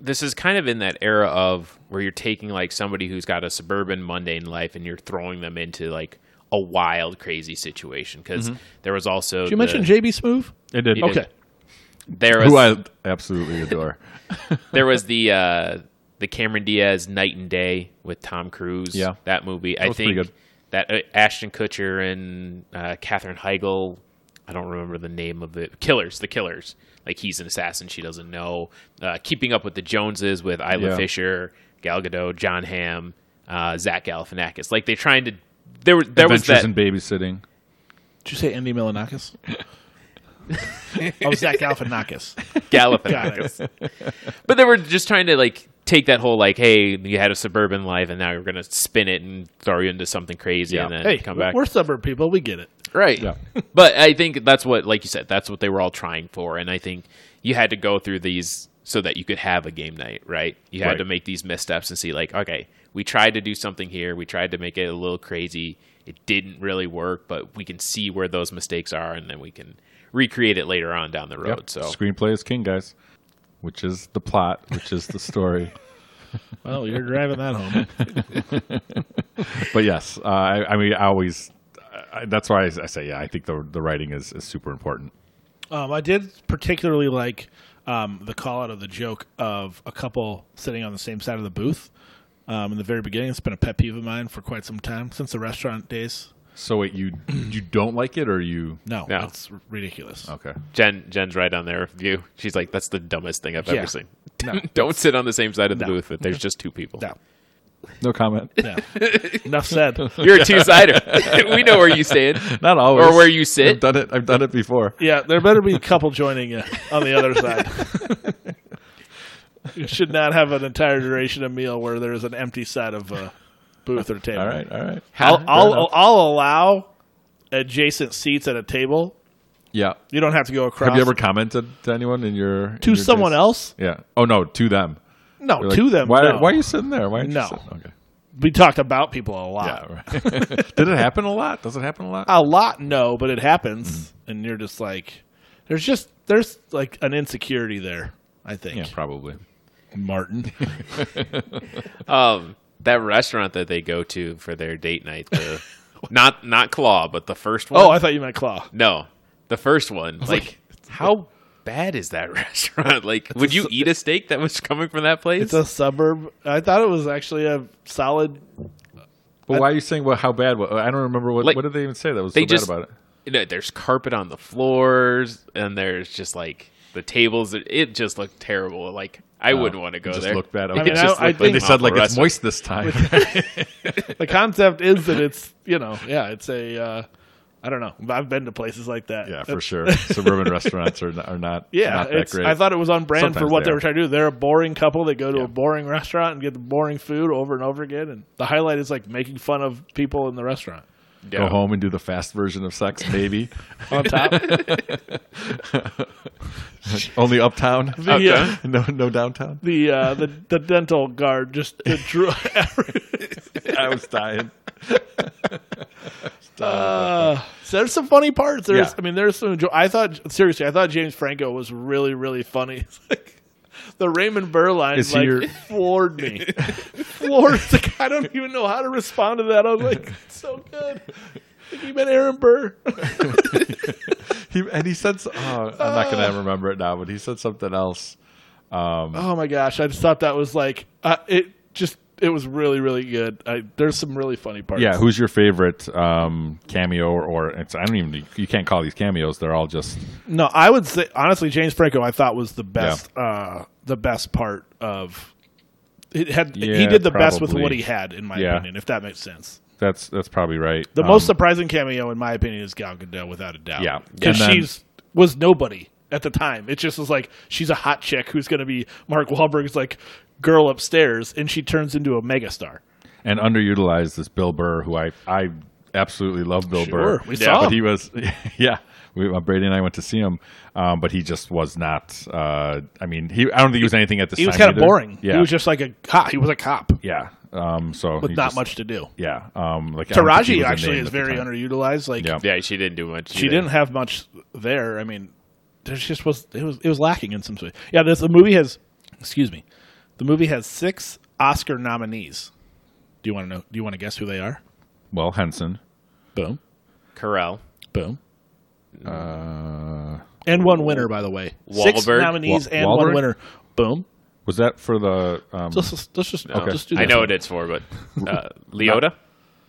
C: this is kind of in that era of where you're taking like somebody who's got a suburban mundane life and you're throwing them into like a wild crazy situation because
B: Mm-hmm.
C: there was also
A: Did you
C: the-
A: mention JB Smoove?
B: It did.
C: You did.
A: Okay.
C: there was
B: who I
A: <laughs>
B: absolutely adore.
C: <laughs> there was the uh, the Cameron Diaz Night and Day with Tom Cruise.
B: Yeah.
C: that movie. I
B: was pretty
C: think
B: good.
C: that uh, Ashton Kutcher and uh, Katherine Heigl. I don't remember the name of the Killers. The Killers. Like he's an assassin. She doesn't know. Uh, Keeping Up with the Joneses with Isla
B: Yeah.
C: Fisher, Gal Gadot, John Hamm, uh, Zach Galifianakis. Like they're trying to. There was there was that.
B: in babysitting.
A: Did you say Andy <laughs> Milanakis? oh, Zach Galifianakis. Got
C: Galifianakis.
A: it.
C: but they were just trying to like take that whole like, hey, you had a suburban life, and now you're gonna spin it and throw you into something crazy,
B: Yeah.
C: and then
A: Hey,
C: come back,
A: we're suburb people. We get it.
C: right? <laughs>
B: Yeah.
C: but I think that's what, like you said, that's what they were all trying for, and I think you had to go through these so that you could have a game night, right? You had
B: Right.
C: to make these missteps and see, like, okay, we tried to do something here. We tried to make it a little crazy. It didn't really work, but we can see where those mistakes are, and then we can recreate it later on down the
A: Oh,
C: road. So
B: screenplay is king, guys. Which is the plot, which is the story.
A: Well, you're driving that home.
B: but yes, uh, I, I mean, I always. I, that's why I, I say, yeah, I think the the writing is, is super important.
A: <laughs> Um, I did particularly like um, the call out of the joke of a couple sitting on the same side of the booth um, in the very beginning. It's been a pet peeve of mine for quite some time since the restaurant days.
B: So
A: <clears throat>
B: wait, you you don't like it, or you?
A: No,
C: No.
A: it's ridiculous.
B: Okay.
C: Jen Jen's right on there with you. She's like, that's the dumbest thing I've
A: Yeah.
C: ever seen. <laughs> Don't sit on the same side of the booth if there's just two people.
A: No, <laughs>
B: No comment.
A: no. Enough said.
C: <laughs> You're a two sider. <laughs> we know where you stand.
B: Not always.
C: Or where you sit.
B: I've done it. I've done it before.
A: Yeah, there better be a couple joining you on the other
B: <laughs>
A: side. you should not have an entire duration of meal where there is an empty side of a booth or table.
B: All right. All right.
A: I'll,
B: enough.
A: I'll, I'll allow adjacent seats at a table.
B: Yeah.
A: You don't have to go across.
B: Have you ever commented to anyone in your
A: to someone else?
B: Yeah. Oh no, to them.
A: No,
B: You're like,
A: to them.
B: Why,
A: no.
B: why are you sitting there? Why aren't
A: No.
B: you sitting? Okay.
A: We talked about people a lot.
B: Yeah. Right. <laughs> Did it happen a lot? Does it happen a lot?
A: A lot, no, but it happens,
B: Mm-hmm.
A: and you're just like, there's just there's like an insecurity there. I think
B: yeah, probably. <laughs>
A: Martin.
C: Um, that restaurant that they go to for their date night, the not not Claw, but the first one.
A: oh, I thought you meant Claw.
C: no, the first one. Like, how bad is that restaurant? <laughs> Like, would you eat a steak that was coming from that place?
A: It's a suburb. I thought it was actually a solid.
B: But why are you saying well, how bad? What, I don't remember what.
C: Like,
B: what did they even say that was
C: they
B: so
C: just-
B: bad about it?
C: you know, there's carpet on the floors, and there's just like the tables. It just looked terrible. Like, I wouldn't want to go
B: Oh, It just
C: there.
B: looked bad.
C: It
B: Okay.
A: mean, I-
C: just
A: I
C: looked
A: think-
B: they
C: an
B: said like
C: awful
B: it's moist
C: restaurant.
B: this
A: <laughs>
B: time. <laughs>
A: The concept is that it's you know yeah it's a uh, I don't know. I've been to places like that.
B: yeah, for
A: It's-
B: sure. Suburban restaurants are not, are not
A: Yeah,
B: not that
A: it's-
B: great.
A: I thought it was on brand for
B: Sometimes
A: what
B: they
A: they,
B: are.
A: were trying to do. They're a boring couple that go to
B: Yeah.
A: a boring restaurant and get the boring food over and over again. And the highlight is like making fun of people in the restaurant.
C: Yeah.
B: Go home and do the fast version of sex, maybe. <laughs>
A: on top.
B: Only
A: <laughs>
B: uptown.
A: The, uh,
B: <laughs> no,
A: <laughs>
B: no downtown.
A: the, uh, the the dental guard just the drew.
B: I was dying.
A: uh, so <laughs> there's some funny parts. There's
B: Yeah.
A: I mean there's some. Enjoy- I thought seriously, I thought James Franco was really really funny. <laughs> It's like, the Raymond Burr line
B: Is he
A: like
B: your-
A: floored me. <laughs> floored. It's like I don't even know how to respond to that. I was
B: <laughs>
A: like, it's so good. Like, you met Aaron Burr. <laughs>
B: He, and he said, so- oh, I'm not
A: Uh.
B: going to remember it now, but he said something else.
A: Oh my gosh, I just thought that was like uh, it. Just it was really really good. I, there's some really funny parts.
B: Yeah, who's your favorite um, cameo? Or, or it's, I don't even, you can't call these cameos. They're all just,
A: No, I would say honestly, James Franco, I thought was the best, uh, the best part of. It had he
B: Yeah,
A: did the best with what
B: probably.
A: he had, in my
B: Yeah.
A: opinion, if that makes sense.
B: that's that's probably right.
A: The
B: Um,
A: most surprising cameo, in my opinion, is Gal Gadot, without a doubt.
B: Yeah.
A: because
B: And then-
A: she's was nobody at the time. It just was like she's a hot chick who's going to be Mark Wahlberg's like girl upstairs, and she turns into a megastar.
B: and underutilized is Bill Burr, who I, I absolutely love Bill
A: Sure,
B: Burr.
A: we
C: Yeah,
A: saw
B: but
A: him.
B: he was <laughs> yeah we, uh, brady and i went to see him um, but he just was not uh, i mean he i don't think he was anything at this
A: he was
B: time
A: kind of
B: either.
A: boring.
B: yeah
A: He was just like a cop. He was a cop
B: yeah um, so
A: with
B: he
A: not
B: just-
A: much to do.
B: yeah um, like I don't think he
A: Taraji
B: was a
A: actually
B: name
A: is
B: at the
A: very
B: time.
A: underutilized. Like
B: yeah
C: Yeah, she didn't do much.
A: she didn't have much there. I mean, there just was it was it was lacking in some way. Yeah, this the movie has excuse me, the movie has six Oscar nominees. Do you want to know? Do you want to guess who they are?
B: well henson
A: Boom,
C: Carell.
A: boom,
B: uh,
A: and one winner by the way. Six
C: Wahlberg?
A: nominees
B: Wa-
A: and
B: Wahlberg?
A: one winner. Boom.
B: was that for the um,
A: Let's just let's just,
B: Okay.
A: just do
C: I
A: that.
C: know what it's for, but uh, Leota.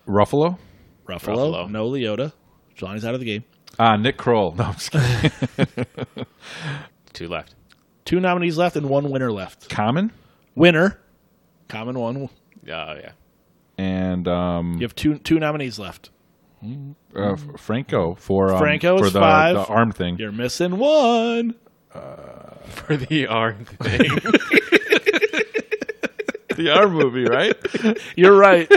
B: ruffalo
A: Ruffalo,
C: Ruffalo.
A: no Leota. Johnny's out of the game.
B: Ah, Nick Kroll. <laughs> No, I'm just kidding.
C: Two left.
A: Two nominees left and one winner left.
B: Common
A: Winner, common one.
C: Oh yeah.
B: and um,
A: You have two two nominees left.
B: uh, F- Franco for um,
A: Franco
B: for
A: is
B: the,
A: five.
B: the arm thing.
A: You're missing one.
C: For the <laughs> arm thing.
B: The arm movie, right?
A: You're right.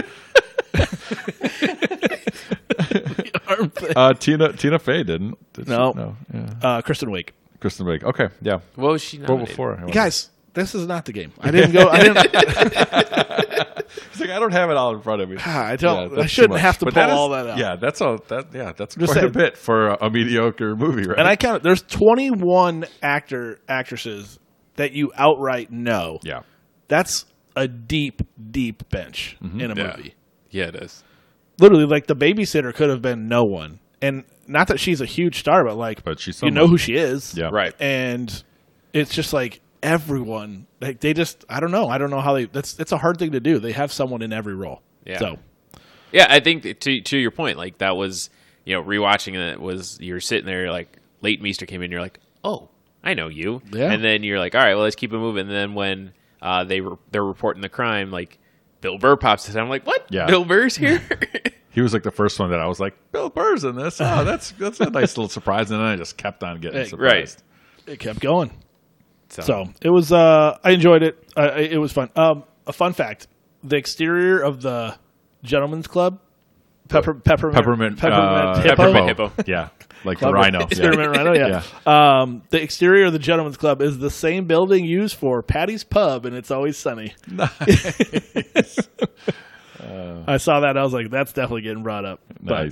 A: Arm thing.
B: <laughs> Uh, Tina Tina Fey didn't. did she?
A: No.
B: no. Yeah.
A: Uh, Kristen Wiig.
B: Kristen Wiig. Okay, yeah.
C: What was she
B: Well,
C: nominated?
B: before I wonder.
A: Guys, this is not the game. I didn't go. I didn't.
B: It's like, I don't have it all in front of me.
A: Ah, I don't- I
B: that's too
A: shouldn't
B: much.
A: have to
B: But that
A: pull
B: is-
A: all that out.
B: Yeah, that's all. That yeah, that's quite
A: Just
B: a
A: saying.
B: bit for a, a mediocre movie,
A: <laughs>
B: right?
A: and I counted. There's 21 actor actresses that you outright know.
B: yeah,
A: That's a deep, deep bench
B: Mm-hmm.
A: in a
C: Yeah.
A: movie.
C: Yeah, it is.
A: Literally, like the babysitter could have been no one, and not that she's a huge star, but like,
B: But she's
A: you know
B: someone.
A: who she is,
B: yeah,
C: Right.
A: And it's just like everyone, like they just, I don't know, I don't know how they. That's that's a hard thing to do. They have someone in every role.
C: Yeah.
A: So
C: Yeah, I think that to to your point, like that was you know rewatching it was you're sitting there like late Meester came in, you're like, oh, I know you,
A: Yeah.
C: and then you're like, all right, well let's keep it moving. And then when uh, they were they're reporting the crime, like Bill Burr pops in, I'm like, what?
B: Yeah.
C: Bill Burr's here.
B: He was like the first one that I was like, Bill Burr's in this. Oh, that's that's a nice little surprise. And then I just kept on getting
A: Right.
B: surprised.
A: it kept going. So it was. Uh, I enjoyed it. Uh, it it was fun. Um, a fun fact: the exterior of the Gentlemen's Club, pepper, peppermint,
B: Peppermint,
A: peppermint
B: uh,
A: hippo,
C: Peppermint hippo.
B: Yeah, like the
A: Club-
B: rhino. Yeah.
A: experiment rhino. Yeah. Um, the exterior of the Gentlemen's Club is the same building used for Patty's Pub, and it's always
B: <laughs>
A: sunny. <laughs> I saw that. I was like, that's definitely getting brought up. But,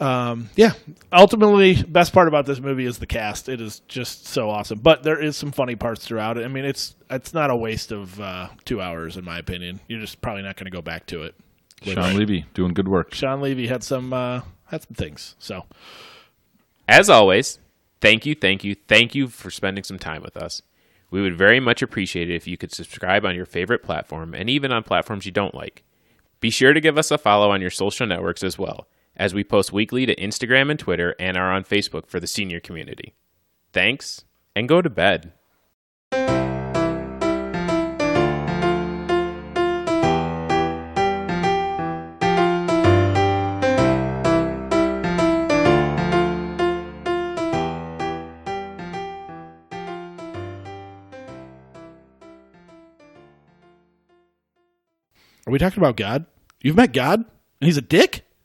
B: Nice.
A: yeah. Ultimately, best part about this movie is the cast. It is just so awesome. But there is some funny parts throughout it. I mean, it's it's not a waste of uh, two hours, in my opinion. You're just probably not going to go back to it.
B: Sean Levy doing good work.
A: Sean Levy had some uh, had some things. So
C: As always, thank you, thank you, thank you for spending some time with us. We would very much appreciate it if you could subscribe on your favorite platform and even on platforms you don't like. Be sure to give us a follow on your social networks as well, as we post weekly to Instagram and Twitter and are on Facebook for the senior community. Thanks, and go to bed.
A: are we talking about God? You've met God, and he's a dick.